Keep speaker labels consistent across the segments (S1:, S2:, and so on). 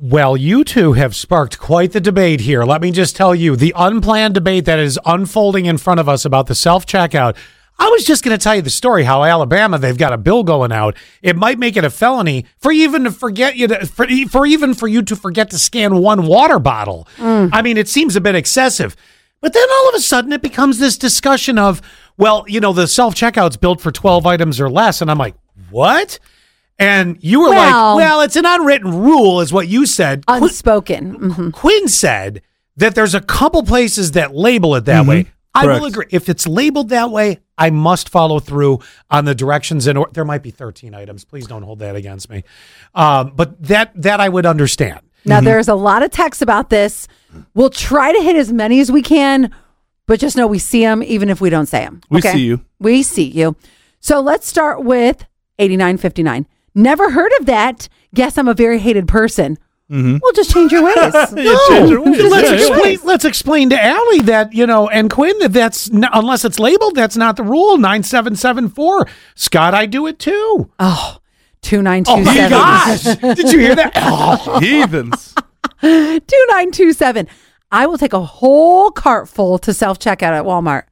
S1: Well, you two have sparked quite the debate here. Let me just tell you the unplanned debate that is unfolding in front of us about the self checkout. I was just going to tell you the story how Alabama they've got a bill going out. It might make it a felony for even to forget you to, for, e- for even for you to forget to scan one water bottle. I mean, it seems a bit excessive. But then all of a sudden it becomes this discussion of, well, you know, the self-checkout's built for 12 items or less and I'm like, "What?" And you were like,
S2: Well-
S1: "Well, it's an unwritten rule is what you said." Qu-
S2: Unspoken. Mhm.
S1: Quinn said that there's a couple places that label it that way. I will
S3: Correct.
S1: agree. If it's labeled that way, I must follow through on the directions. And or- there might be 13 items. Please don't hold that against me. Um, but that that I would understand.
S2: Now, there's a lot of texts about this. We'll try to hit as many as we can, but just know we see them even if we don't say them.
S3: We see you.
S2: We see you. So let's start with 8959. Never heard of that. Guess I'm a very hated person. We'll just change your ways.
S3: Mm-hmm. Yeah,
S2: Oh,
S3: change your ways.
S1: let's
S3: Yeah, Oh yeah.
S1: explain. Let's explain to Allie that you know and Quinn that that's n- unless it's labeled, that's not the rule. Nine seven seven four. Scott, I do it too.
S2: Oh,
S1: Oh my
S2: 2927.
S1: gosh! Did you hear that? Oh.
S3: Heathens.
S2: 2927. I will take a whole cart full to self checkout at Walmart.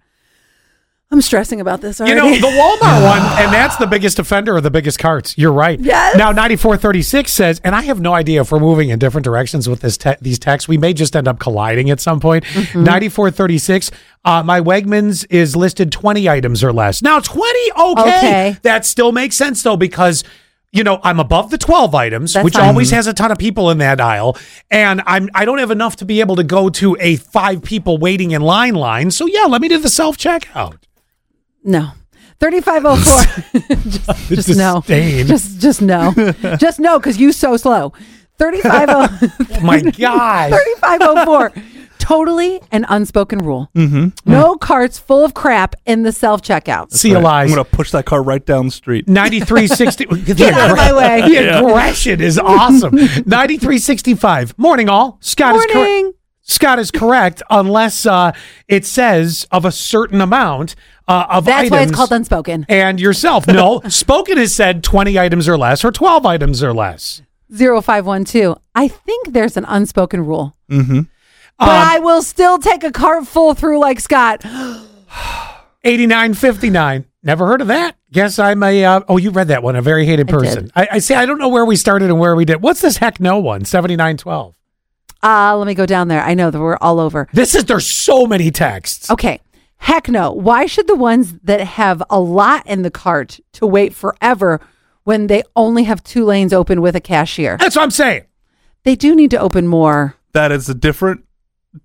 S2: I'm stressing about this
S1: You
S2: already.
S1: know, the Walmart one, and that's the biggest offender of the biggest carts. You're right.
S2: Yes.
S1: Now, 9436 says, and I have no idea if we're moving in different directions with this te- these texts. We may just end up colliding at some point.
S2: Mm-hmm.
S1: 9436, uh, my Wegmans is listed 20 items or less. Now, 20, okay.
S2: Okay.
S1: That still makes sense, though, because. You know, I'm above the 12 items,
S2: That's
S1: which
S2: fine.
S1: always has a ton of people in that aisle, and I'm I don't have enough to be able to go to a five people waiting in line line. So yeah, let me do the self checkout.
S2: No. 3504. just, just no.
S1: disdain.
S2: Just just no. just no cuz you so slow. oh, 3504.
S1: My God.
S2: 3504. Totally an unspoken rule. Mm-hmm. No carts full of crap in the self checkout.
S1: See you
S3: I'm
S1: lies.
S3: going to push that car right down the street.
S1: 9360.
S2: Get out of my way.
S1: The aggression is awesome. 9365. Morning, all. Scott is correct.
S2: Morning.
S1: Scott is correct unless uh, it says of a certain amount uh, of
S2: That's
S1: items.
S2: why it's called unspoken.
S1: and yourself. No, spoken has said 20 items or less or 12 items or less.
S2: 0512. I think there's an unspoken rule. Mm-hmm. But I will still take a cart full through like Scott.
S1: 8959. Never heard of that. Guess I'm a, uh, oh, you read that one, a very hated
S2: I did.
S1: person. I, I see. I don't know where we started and where we did. What's this heck no one? 7912.
S2: Uh, let me go down there. I know that we're all over.
S1: This is, there's so many texts.
S2: Okay. Heck no. Why should the ones that have a lot in the cart to wait forever when they only have two lanes open with a cashier?
S1: That's what I'm saying.
S2: They do need to open more.
S3: That is a different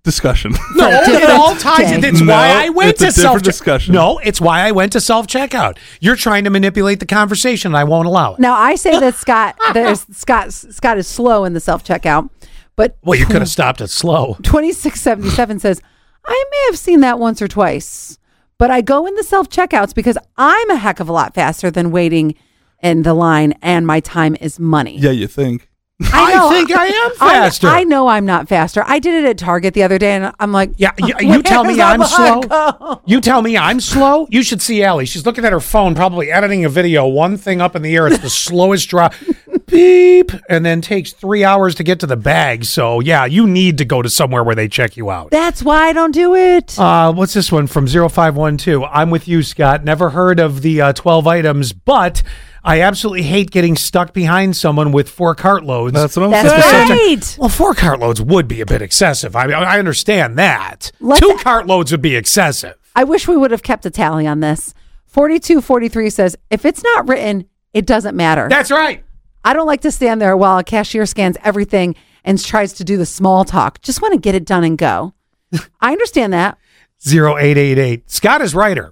S3: discussion.
S1: No,
S2: a
S1: it all
S2: different
S1: ties.
S2: day.
S1: It's why
S3: No,
S1: I went
S3: it's a
S1: to
S3: different
S1: self
S3: discussion.
S1: No, it's why I went to self checkout. You're trying to manipulate the conversation. and I won't allow it.
S2: Now I say that Scott there's Scott Scott is slow in the self checkout, but
S1: Well, you could have stopped it slow.
S2: 2677 says, I may have seen that once or twice, but I go in the self checkouts because I'm a heck of a lot faster than waiting in the line and my time is money.
S3: Yeah, you think.
S1: I think I am faster.
S2: I, know I'm not faster. I did it at Target the other day and I'm like,
S1: Yeah, you, you tell me I'm slow. You tell me I'm slow. You should see Allie. She's looking at her phone, probably editing a video. One thing up in the air. It's the slowest drop. Beep, and then takes three hours to get to the bag. So yeah, you need to go to somewhere where they check you out.
S2: That's why I don't do it.
S1: Uh, what's this one from 0512? I'm with you, Scott. Never heard of the uh, 12 items, but I absolutely hate getting stuck behind someone with four cartloads.
S3: That's what I'm
S2: That's
S3: saying.
S2: right.
S1: well, four cartloads would be a bit excessive. I I understand that.
S2: Let's-
S1: Two cartloads would be excessive.
S2: I wish we would have kept a tally on this. 4243 says, if it's not written, it doesn't matter.
S1: That's right.
S2: I don't like to stand there while a cashier scans everything and tries to do the small talk. Just want to get it done and go. I understand that.
S1: 0888. Scott is writer.